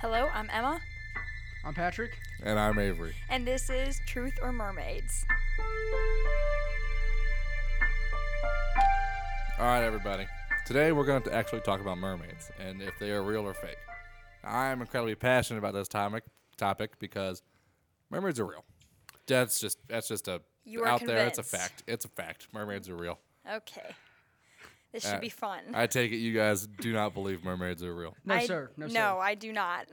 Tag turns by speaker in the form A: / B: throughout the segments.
A: Hello, I'm Emma,
B: I'm Patrick.
C: And I'm Avery.
A: and this is Truth or Mermaids.
C: All right, everybody. Today we're going to actually talk about mermaids and if they are real or fake. I'm incredibly passionate about this topic topic because mermaids are real. That's just that's just a
A: You are
C: out there. It's a
A: convinced.
C: fact. It's a fact. Mermaids are real.
A: Okay. This should
C: Uh,
A: be fun.
C: I take it you guys do not believe mermaids are real.
B: No,
A: I-
B: sir. No, sir.
A: No, I do not.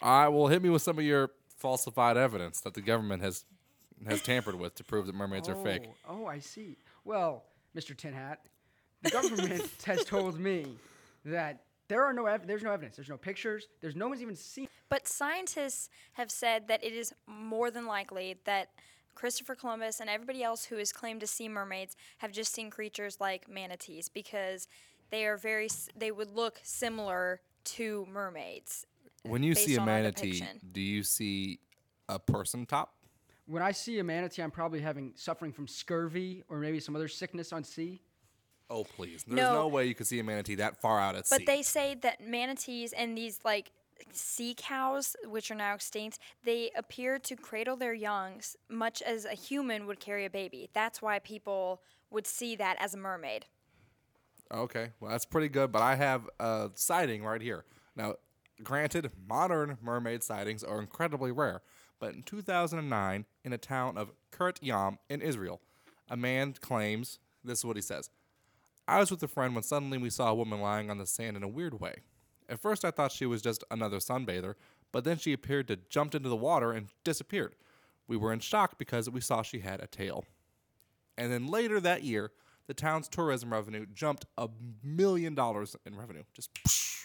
C: All right, well hit me with some of your falsified evidence that the government has has tampered with to prove that mermaids are fake.
B: Oh, I see. Well, Mr. Tin Hat, the government has told me that there are no ev- there's no evidence. There's no pictures. There's no one's even seen.
A: But scientists have said that it is more than likely that Christopher Columbus and everybody else who has claimed to see mermaids have just seen creatures like manatees because they are very s- they would look similar to mermaids.
C: When you
A: Based
C: see a
A: on our
C: manatee,
A: depiction.
C: do you see a person top?
B: When I see a manatee, I'm probably having suffering from scurvy or maybe some other sickness on sea.
C: Oh please! There's
A: No.
C: no, way you could see a manatee that far out at
A: But
C: sea.
A: they say that manatees and these like sea cows, which are now extinct, they appear to cradle their young s- much as a human would carry a baby. That's why people would see that as a mermaid.
C: okay, well that's pretty good. But I have a sighting right here. Now, granted, modern mermaid sightings are incredibly rare, but in 2009, in a town of Kurt Yam in Israel, a man claims this is what he says. I was with a friend when suddenly we saw a woman lying on the sand in a weird way. At first, I thought she was just another sunbather, but then she appeared to jumped into the water and disappeared. We were in shock because we saw she had a tail. And then later that year, the town's tourism revenue jumped a million dollars in revenue just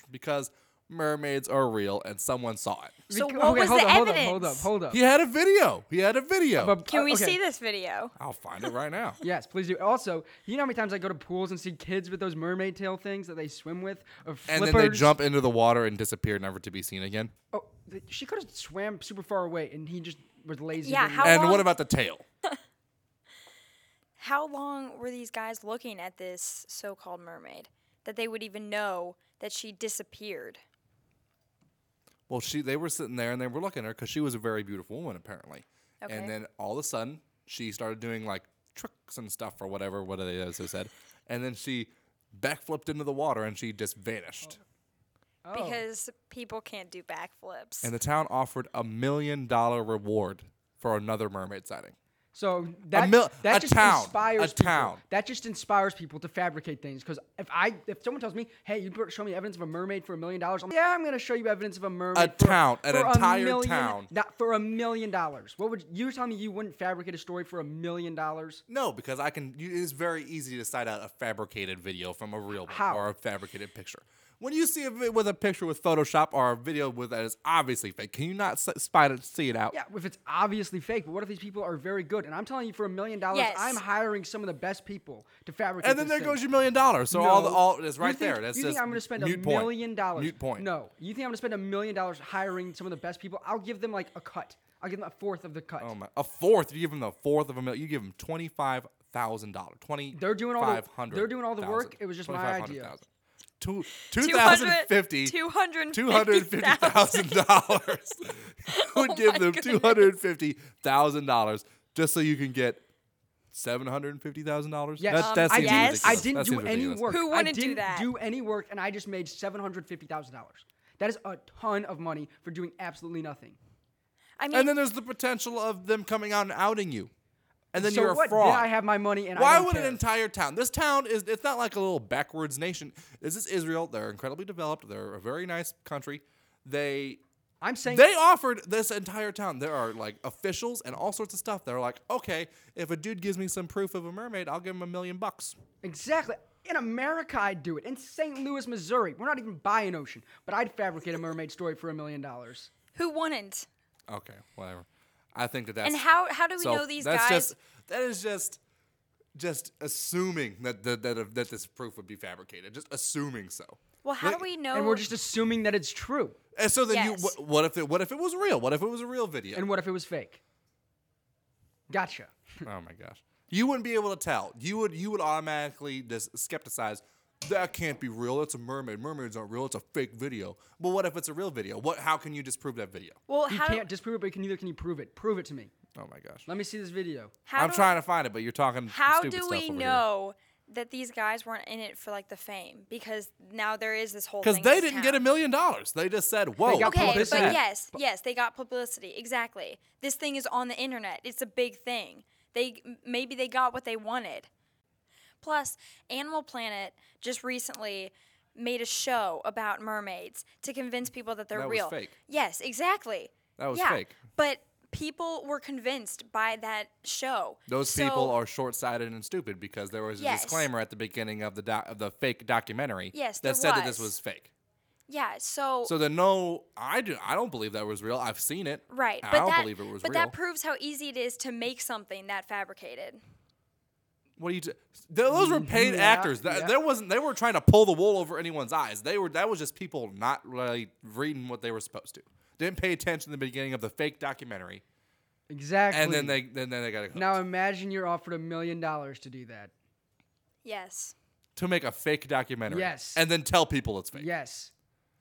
C: because mermaids are real and someone saw it.
A: So
B: Bec-
A: what was
B: hold
A: the
B: up,
A: evidence?
B: Hold up. Hold up.
C: He had a video. He had a video.
B: But-
A: Can
B: uh,
A: we
B: okay.
A: see this video?
C: I'll find it right now.
B: Yes, please do. Also, you know how many times I go to pools and see kids with those mermaid tail things that they swim with, or
C: And
B: flippers.
C: then they jump into the water and disappear, never to be seen again.
B: Oh, th- she could have swam super far away, and he just was lazy.
A: Yeah,
B: and didn't
A: how-
C: and
A: long-
C: what about the tail?
A: How long were these guys looking at this so-called mermaid that they would even know that she disappeared?
C: Well, she they were sitting there and they were looking at her because she was a very beautiful woman apparently.
A: Okay.
C: And then all of a sudden she started doing like tricks and stuff or whatever what it is they said, and then she backflipped into the water and she just vanished.
B: Oh.
A: Because people can't do backflips.
C: And the town offered a million dollar reward for another mermaid sighting.
B: So that
C: mil-
B: that
C: a
B: just
C: town,
B: inspires
C: a
B: people.
C: town.
B: That just inspires people to fabricate things. Because if I if someone tells me, hey, you better show me evidence of a mermaid for a million dollars, I'm like, yeah, I'm gonna show you evidence of a mermaid.
C: A
B: for,
C: town, an
B: for
C: entire
B: a million,
C: town.
B: Not for a million dollars. What would you tell me? You wouldn't fabricate a story for a million dollars?
C: No, because I can. You, it's very easy to cite out a fabricated video from a real one
B: How?
C: or a fabricated picture. When you see a vi- with a picture with Photoshop or a video with that is obviously fake, can you not s- spot it, see it out?
B: Yeah, if it's obviously fake. But what if these people are very good? And I'm telling you, for a million dollars,
A: Yes.
B: I'm hiring some of the best people to fabricate.
C: And then
B: this
C: there
B: thing.
C: goes your million dollars. So all the
B: No.
C: all is
B: You
C: right
B: think-
C: there. That's
B: you
C: just
B: think I'm going to spend a
C: mute point.
B: million dollars?
C: Mute point.
B: No, you think I'm going to spend a million dollars hiring some of the best people? I'll give them like a cut. I'll give them a fourth of the cut.
C: Oh my, a fourth. You give them the fourth of a million. You give them twenty five thousand dollars. Twenty.
B: They're doing all the- they're doing all the work. It was just my idea.
C: Two two thousand
A: 250
C: fifty. Two
A: 250
C: hundred fifty thousand dollars. would
B: Oh
C: give
A: my
C: them
A: goodness.
C: two hundred fifty thousand dollars just so you can get seven hundred fifty thousand dollars.
B: Yes.
C: that, that
B: I,
C: seems
A: yes.
C: ridiculous.
B: I didn't
C: That
B: do
C: seems
B: any
C: ridiculous.
B: work.
A: Who
B: I
A: wouldn't
B: didn't
A: do that?
B: Do any work, and I just made seven hundred fifty thousand dollars. That is a ton of money for doing absolutely nothing.
A: I mean,
C: And then there's the potential of them coming out and outing you, and then
B: so
C: you're
B: what?
C: a fraud.
B: Then I have my money, and I
C: Why
B: don't
C: would
B: care.
C: an entire town? This town is it's not like a little backwards nation. This is Israel. They're incredibly developed. They're a very nice country. They
B: I'm saying
C: they offered this entire town. There are like officials and all sorts of stuff. They're like, okay, if a dude gives me some proof of a mermaid, I'll give him a million bucks.
B: Exactly. In America, I'd do it. In St. Louis, Missouri, we're not even by an ocean, but I'd fabricate a mermaid story for a million dollars.
A: who wouldn't?
C: Okay, whatever. I think that that's
A: And how how do we know these
C: that's
A: guys?
C: Just, that is just just assuming that that that, that this proof would be fabricated. Just assuming so.
A: well, how do
C: Like-
A: we know?
B: And we're just assuming that it's true.
C: And so then
A: Yes.
C: you what, what if it what if it was real? What if it was a real video?
B: And what if it was fake? Gotcha.
C: Oh my gosh. You wouldn't be able to tell. You would you would automatically just skepticize that can't be real. That's a mermaid. Mermaids aren't real. It's a fake video. But what if it's a real video? What? How can you disprove that video?
A: Well,
B: You
A: how do,
B: can't disprove it, but you can, neither can you prove it. Prove it to me.
C: Oh my gosh.
B: Let me see this video.
A: how
C: I'm
A: do,
C: trying to find it, but you're talking.
A: How
C: stupid
A: do
C: stuff
A: we
C: over here.
A: know that these guys weren't in it for like the fame? Because now there is this whole
C: Because
A: thing
C: they
A: this
C: didn't get a
A: town.
C: million dollars. They just said, "Whoa."
B: got
A: Okay,
B: publicity.
A: but yes, yes, they got publicity. Exactly. This thing is on the internet. It's a big thing. They m- maybe they got what they wanted. Plus, Animal Planet just recently made a show about mermaids to convince people that they're
C: That was
A: real.
C: fake.
A: Yes, exactly.
C: That was
A: yeah,
C: fake.
A: But people were convinced by that show.
C: Those
A: So-
C: people are short-sighted and stupid because there was a
A: Yes.
C: disclaimer at the beginning of the doc- of the fake documentary
A: Yes,
C: that
A: there
C: said that this
A: was.
C: was fake.
A: Yeah, so
C: So then, no, I do. I don't believe that was real. I've seen it.
A: Right,
C: I
A: but
C: don't
A: that,
C: believe it was
A: but
C: real.
A: that proves how easy it is to make something that fabricated.
C: What do you? T- Th- those were paid
B: Mm-hmm. Yeah,
C: actors. That,
B: yeah.
C: There wasn't. They were trying to pull the wool over anyone's eyes. They were. That was just people not really reading what they were supposed to. Didn't pay attention in the beginning of the fake documentary,
B: Exactly.
C: and then they then, then they got hooked.
B: Now imagine you're offered a million dollars to do that.
A: Yes.
C: to make a fake documentary.
B: Yes.
C: and then tell people it's fake.
B: Yes.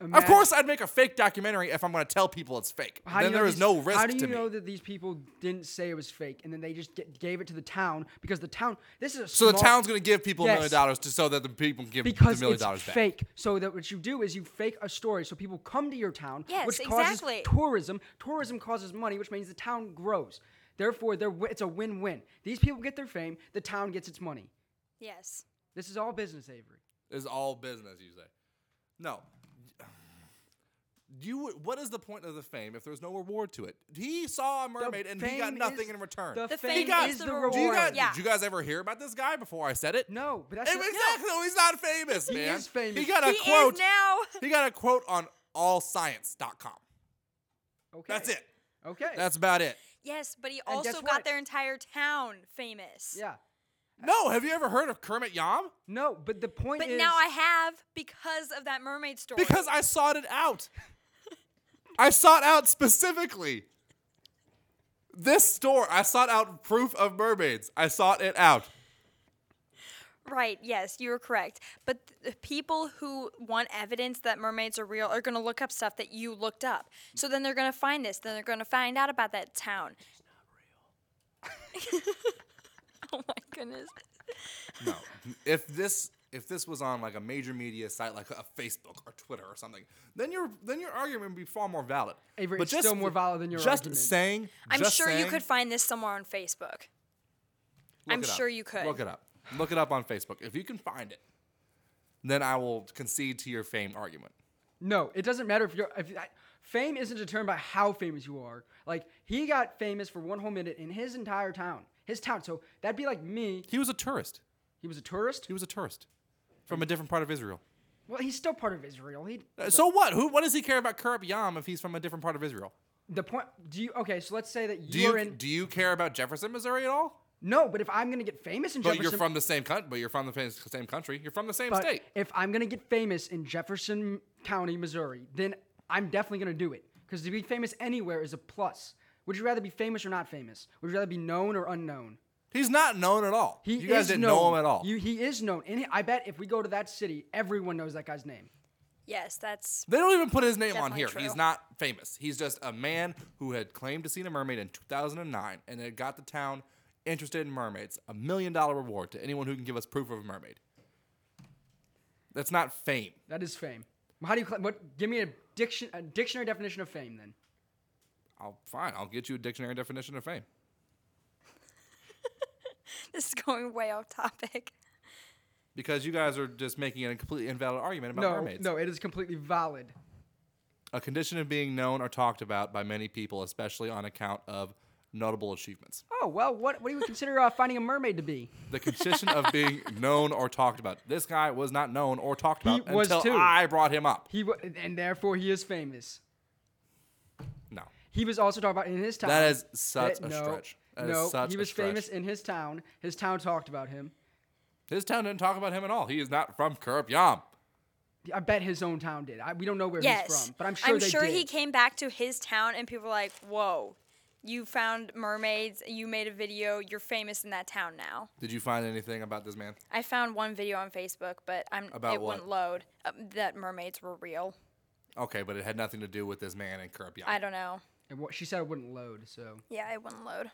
C: Of
B: Imagine-
C: course, I'd make a fake documentary if I'm going to tell people it's fake.
B: How do you
C: then
B: know
C: there is
B: these-
C: no risk
B: How do you
C: to
B: know
C: me.
B: that these people didn't say it was fake, and then they just get, gave it to the town because the town? This is a
C: so the
B: small-
C: town's going to give people a
B: Yes.
C: million dollars to so that the people can give
B: because
C: the million
B: it's
C: dollars back.
B: fake. So that what you do is you fake a story so people come to your town,
A: Yes,
B: which causes
A: exactly.
B: tourism. Tourism causes money, which means the town grows. Therefore, they're, wi- it's a win-win. These people get their fame, the town gets its money.
A: Yes.
B: This is all business, Avery.
C: is all business you say no you what is the point of the fame if there's no reward to it he saw a mermaid and he got
B: fame
C: nothing
B: is-
C: in return
B: The,
A: The
B: fame,
A: fame
B: is
C: is
B: the
A: the
B: reward.
A: reward.
C: do you guys,
A: Yeah.
C: did you guys ever hear about this guy before i said it
B: no, but that's
C: exactly
B: not-
C: he's not famous
B: He
C: man
B: is famous.
C: he got a
A: He is
C: quote
A: now.
C: he got a quote on allscience.com
B: okay.
C: that's it
B: Okay.
C: that's about it
A: Yes, but he
B: And guess
A: also
B: what?
A: got their entire town famous.
B: yeah.
C: no have you ever heard of kermit yam
B: No, but the point
A: But
B: is
A: now I have because of that mermaid story.
C: because i sought it out i sought out specifically this store i sought out proof of mermaids i sought it out
A: Right, yes, you're correct. But th- the people who want evidence that mermaids are real are going to look up stuff that you looked up. So then they're going to find this, then they're going to find out about that town. oh my goodness.
C: no if this if this was on like a major media site like a facebook or twitter or something then your then your argument would be far more valid
B: Avery, it's still more valid than your
C: just
B: argument.
C: saying
A: I'm
C: just
A: sure you
C: saying-
A: could find this somewhere on Facebook.
C: Look
A: I'm
C: it up.
A: sure you could.
C: Look it up. Look it up on Facebook. If you can find it, then I will concede to your fame argument.
B: No, it doesn't matter if you're. If, I- fame isn't determined by how famous you are. Like he got famous for one whole minute in his entire town, his town. So that'd be like me.
C: He was a tourist.
B: He was a tourist.
C: He was a tourist from a different part of Israel.
B: Well, he's still part of Israel. He.
C: Uh, So what? Who? What does he care about Kerb Yam if he's from a different part of Israel?
B: The point. Do you? Okay, so let's say that
C: Do
B: you're
C: you
B: in.
C: do you care about Jefferson, Missouri at all?
B: no, but if I'm gonna get famous in
C: But
B: Jefferson,
C: you're from the same country. But you're from the fa- same country. You're from the same
B: but
C: state.
B: if I'm gonna get famous in Jefferson County, Missouri, then I'm definitely gonna do it. Because to be famous anywhere is a plus. Would you rather be famous or not famous? Would you rather be known or unknown?
C: He's not known at all.
B: He
C: you guys
B: is
C: didn't
B: known.
C: know him at all.
B: You, he is known. And he- I bet if we go to that city, everyone knows that guy's name.
A: Yes, that's
C: they don't even put his name on
A: Definitely
C: here.
A: true.
C: He's not famous. He's just a man who had claimed to seen a mermaid in 2009 and it got the town interested in mermaids. A million dollar reward to anyone who can give us proof of a mermaid. That's not fame.
B: That is fame. How do you? cla- What? Give me a diction a dictionary definition of fame then.
C: I'll fine. I'll get you a dictionary definition of fame.
A: this is going way off topic.
C: Because you guys are just making a completely invalid argument about
B: No,
C: mermaids.
B: no, it is completely valid.
C: A condition of being known or talked about by many people, especially on account of notable achievements.
B: Oh well, what what do you consider uh, finding a mermaid to be?
C: the condition of being known or talked about. This guy was not known or talked about
B: was
C: until
B: too.
C: I brought him up.
B: He wa- and therefore he is famous.
C: No,
B: He was also talked about in his town.
C: that is such
B: that-
C: a
B: no,
C: stretch. That is
B: no,
C: such
B: he
C: a
B: was
C: stretch.
B: famous in his town. His town talked about him.
C: His town didn't talk about him at all. He is not from Curb Yam.
B: I bet his own town did. I, we don't know where
A: Yes.
B: he's from, but I'm sure they
A: he
B: did.
A: came back to his town and people were like, "Whoa, you found mermaids, you made a video, you're famous in that town now.
C: Did you find anything about this man?
A: I found one video on Facebook, but I'm
C: About
A: it
C: what?
A: wouldn't load um, that mermaids were real.
C: Okay, but it had nothing to do with this man in Kirby.
A: I don't know.
B: And what, she said it wouldn't load, so
A: Yeah, it wouldn't load.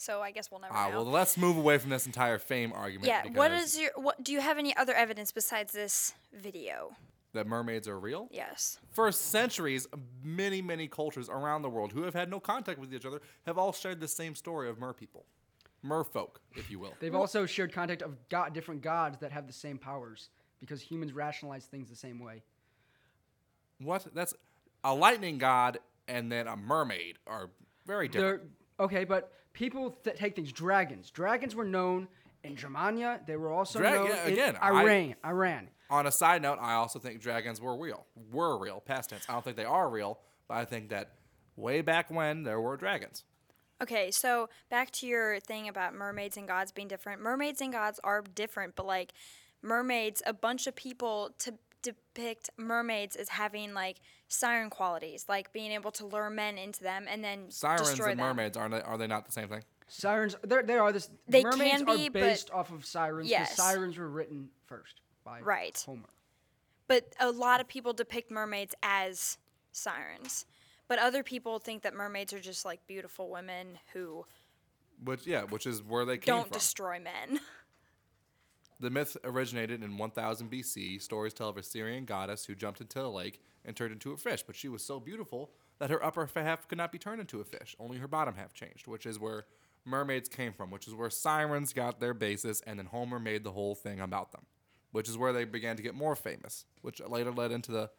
A: So I guess we'll never
C: Ah,
A: know.
C: well, let's move away from this entire fame argument.
A: yeah, what
C: because
A: is your what do you have any other evidence besides this video?
C: that mermaids are real?
A: Yes.
C: For centuries, many, many cultures around the world who have had no contact with each other have all shared the same story of mer people, merfolk, if you will.
B: they've also shared contact of god, different gods that have the same powers because humans rationalize things the same way.
C: what? That's a lightning god and then a mermaid are very different.
B: They're, okay, but people th- take things. Dragons. Dragons were known in Germania. They were also
C: Drag-
B: known
C: yeah,
B: in
C: again, I-
B: Iran. Iran.
C: On a side note, I also think dragons were real. Were real, past tense. I don't think they are real, but I think that way back when there were dragons.
A: Okay, so back to your thing about mermaids and gods being different. Mermaids and gods are different, but like mermaids, a bunch of people to depict mermaids as having like siren qualities, like being able to lure men into them and then
C: Sirens
A: destroy
C: and
A: them.
C: mermaids aren't they? Are they not the same thing?
B: Sirens. There, there are this.
A: They
B: mermaids
A: can be,
B: are
A: but-
B: based off of sirens. 'cause
A: Yes.
B: Sirens were written first by
A: Right.
B: Homer.
A: But a lot of people depict mermaids as sirens. But other people think that mermaids are just like beautiful women who
C: Which yeah, which is where they came
A: don't
C: from.
A: destroy men.
C: The myth originated in 1000 BC. Stories tell of a Syrian goddess who jumped into a lake and turned into a fish, but she was so beautiful that her upper half could not be turned into a fish. Only her bottom half changed, which is where mermaids came from, which is where sirens got their basis, and then Homer made the whole thing about them, which is where they began to get more famous, which later led into the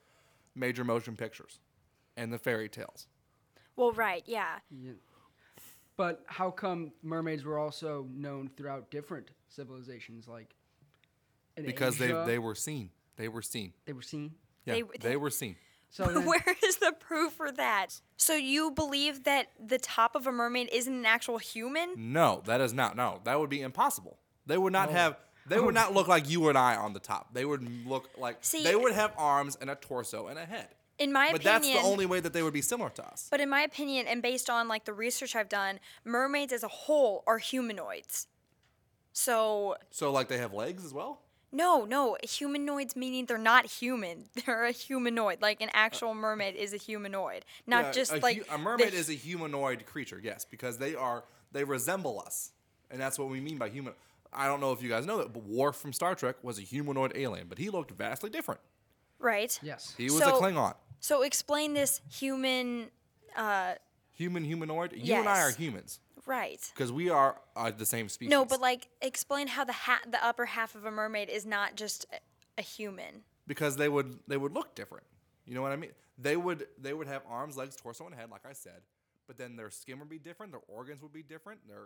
C: major motion pictures and the fairy tales.
A: well, right, yeah.
B: But how come mermaids were also known throughout different civilizations, like in
C: Because they,
B: Asia,
C: they were seen. They were seen.
B: they were seen.
C: Yeah,
A: They
C: they,
A: were-
C: were seen.
B: So then,
A: Where is the proof for that? So you believe that the top of a mermaid isn't an actual human?
C: No, that is not. No, that would be impossible. They would not have. They would not look like you and I on the top. They would look like
A: See-
C: they would have arms and a torso and a head.
A: In my
C: but
A: opinion,
C: that's the only way that they would be similar to us.
A: but in my opinion and based on like the research I've done, mermaids as a whole are humanoids. So
C: So like they have legs as well.
A: No, no, humanoids meaning they're not human. They're a humanoid. Like an actual mermaid is a humanoid, not
C: Yeah,
A: just
C: a, hu-
A: like
C: a mermaid is a humanoid creature. Yes, because they are they resemble us, and that's what we mean by human. I don't know if you guys know that, but Worf from Star Trek was a humanoid alien, but he looked vastly different.
A: right.
B: yes,
C: He was
A: So-
C: a Klingon.
A: So explain this human
C: Human humanoid. You and I are
A: Yes.
C: humans
A: right.
C: because we are uh, the same species.
A: No, but like explain how the ha- the upper half of a mermaid is not just a, a human.
C: because they would they would look different. You know what I mean? They would they would have arms, legs, torso, and head, like I said. But then their skin would be different. Their organs would be different. Their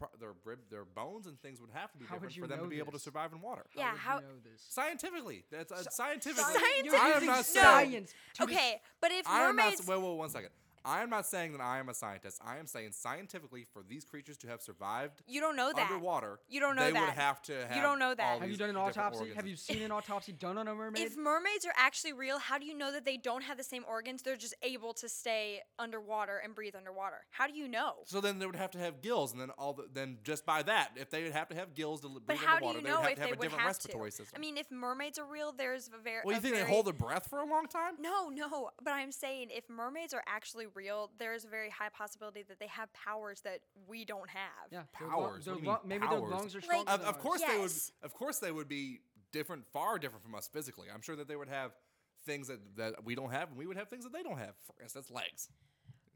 C: pro- their rib, their bones and things would have to be
B: How would
C: different
B: you
C: for them to
B: know
C: be able to
B: this?
C: survive in water.
A: yeah,
B: would you
A: how
B: know this?
C: Scientifically, that's uh, scientifically.
A: Scientific-
C: I
A: You're
C: am
A: using
C: not saying.
B: science. to
A: Okay, but if
C: I am not.
A: mermaids
C: s- Wait, wait, one second. I am not saying that I am a scientist. I am saying scientifically, for these creatures to have survived
A: you don't know that.
C: underwater,
A: You don't know
C: they
A: that.
C: would have to. Have
A: don't know
C: all
A: that.
B: Have you
C: these
B: done an
C: different
B: autopsy?
C: organs
B: Have
C: and-
B: you seen an autopsy done on a mermaid?
A: If mermaids are actually real, how do you know that they don't have the same organs? They're just able to stay underwater and breathe underwater. How do you know?
C: So then they would have to have gills, and then all the, then just by that, if they would have to have gills to l-
A: But
C: breathe
A: how do
C: underwater,
A: you
C: they
A: know
C: would have
A: if
C: to have
A: they
C: a
A: would
C: different
A: have
C: respiratory
A: to?
C: system.
A: I mean, if mermaids are real, there's a very.
C: well, you
A: a
C: think
A: very,
C: they hold their breath for a long time?
A: No, no. But I'm saying if mermaids are actually real, there is a very high possibility that they have powers that we don't have.
B: yeah, their lu-
C: Powers.
B: their
C: What do you
B: lu-
C: mean
B: maybe
C: powers?
B: their lungs are
A: Like-
B: stronger.
C: Of,
B: than
C: of
B: ours.
C: course they would.
A: Yes.
C: Of course they would be different, far different from us physically. I'm sure that they would have things that, that we don't have, and we would have things that they don't have. For instance, legs.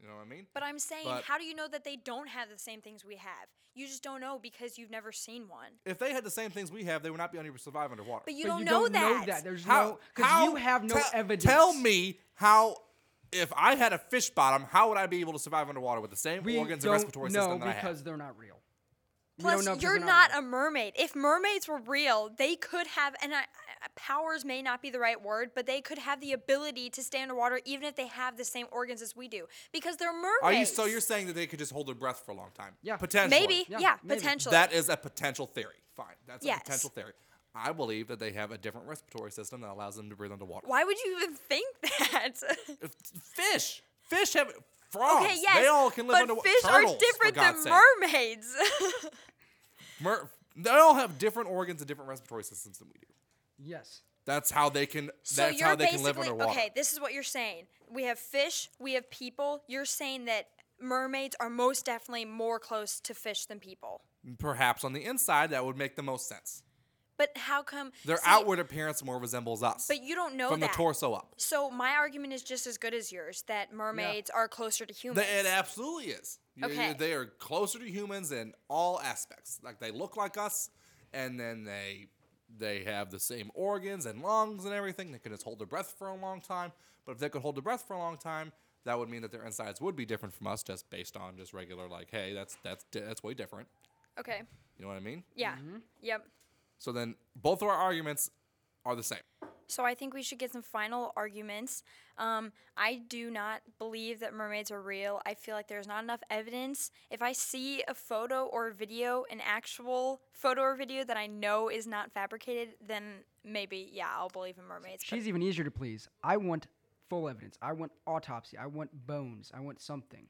C: You know what I mean?
A: But I'm saying,
C: But-
A: how do you know that they don't have the same things we have? You just don't know because you've never seen one.
C: If they had the same things we have, they would not be able to survive underwater.
A: But you,
B: But
A: don't,
B: you
A: know,
B: don't
A: that.
B: know that. There's
C: How?
B: no because you
C: how-
B: have no
C: te-
B: evidence.
C: Tell me how. If I had a fish bottom, how would I be able to survive underwater with the same
B: we
C: organs and
B: don't
C: respiratory
B: know
C: system that I have?
B: because they're not real. We don't
A: Plus,
B: know because
A: you're
B: they're
A: not,
B: real.
A: a mermaid. If mermaids were real, they could have, and I, I- powers may not be the right word, but they could have the ability to stay underwater even if they have the same organs as we do because they're mermaids.
C: Are you so you're saying that they could just hold their breath for a long time?
B: Yeah.
C: Potentially.
A: Maybe, yeah,
B: Yeah, maybe.
A: potentially.
C: That is a potential theory. Fine. That's
A: Yes.
C: a potential theory. I believe that they have a different respiratory system that allows them to breathe underwater.
A: Why would you even think that?
C: Fish. Fish have frogs.
A: Okay, yes.
C: They all can live
A: but
C: underwater.
A: fish
C: Turtles,
A: are
C: for
A: different than
C: God's sake.
A: mermaids.
C: Mer- they all have different organs and different respiratory systems than we do. Uh,
B: Yes.
C: That's how they can.
A: so
C: That's
A: you're
C: how they can
A: basically
C: live underwater.
A: okay. This is what you're saying. We have fish. We have people. You're saying that mermaids are most definitely more close to fish than people.
C: Perhaps on the inside, that would make the most sense.
A: But how come
C: Their
A: see,
C: outward appearance more resembles us.
A: But you don't know
C: from
A: that.
C: the torso up.
A: So my argument is just as good as yours that mermaids are closer to humans.
C: Th- it absolutely is. You- you-
A: Okay.
C: They are closer to humans in all aspects. Like they look like us, and then they they have the same organs and lungs and everything. They can just hold their breath for a long time. But if they could hold their breath for a long time, that would mean that their insides would be different from us, just based on just regular like, hey, that's that's di- that's way different.
A: okay.
C: You know what I mean?
A: Yeah. Yep.
C: So then both of our arguments are the same.
A: So I think we should get some final arguments. Um, I do not believe that mermaids are real. I feel like there's not enough evidence. If I see a photo or a video, an actual photo or video that I know is not fabricated, then maybe yeah, I'll believe in mermaids. but-
B: She's even easier to please. I want full evidence. I want autopsy. I want bones. I want something.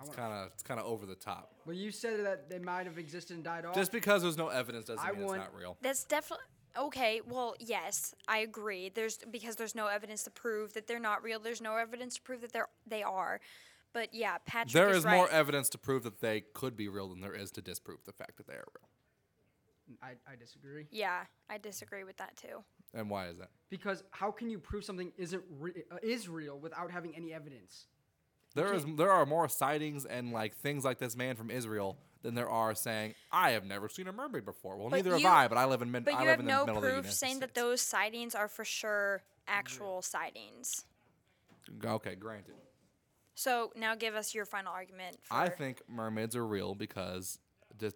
C: It's kind of it's kind of over the top.
B: Well, you said that they might have existed and died off.
C: Just because there's no evidence doesn't
B: I
C: mean it's
B: want-
C: not real.
A: That's definitely okay. Well, yes, I agree. There's because there's no evidence to prove that they're not real. There's no evidence to prove that they're they are. But yeah, Patrick
C: There
A: is,
C: is
A: right.
C: more evidence to prove that they could be real than there is to disprove the fact that they are real.
B: I, I disagree.
A: yeah, I disagree with that too.
C: And why is that?
B: Because how can you prove something isn't re- uh, is real without having any evidence?
C: There is there are more sightings and like things like this man from Israel than there are saying I have never seen a mermaid before. Well,
A: But
C: neither
A: you-
C: have I, but I live in mid-
A: But
C: I
A: you
C: live
A: have
C: in
A: no
C: the middle of the
A: proof
C: United
A: saying that
C: States.
A: those sightings are for sure actual sightings.
C: Okay, granted.
A: So now give us your final argument. For,
C: I think mermaids are real because the,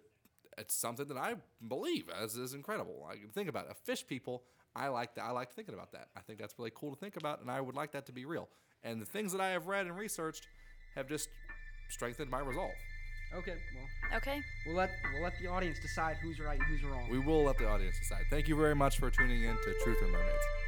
C: it's something that I believe is, is incredible. I can think about it. fish people. I like that. I like thinking about that. I think that's really cool to think about, and I would like that to be real. And the things that I have read and researched have just strengthened my resolve.
B: Okay, well,
A: Okay.
B: we'll let we'll let the audience decide who's right and who's wrong.
C: We will let the audience decide. Thank you very much for tuning in to Truth or Mermaids.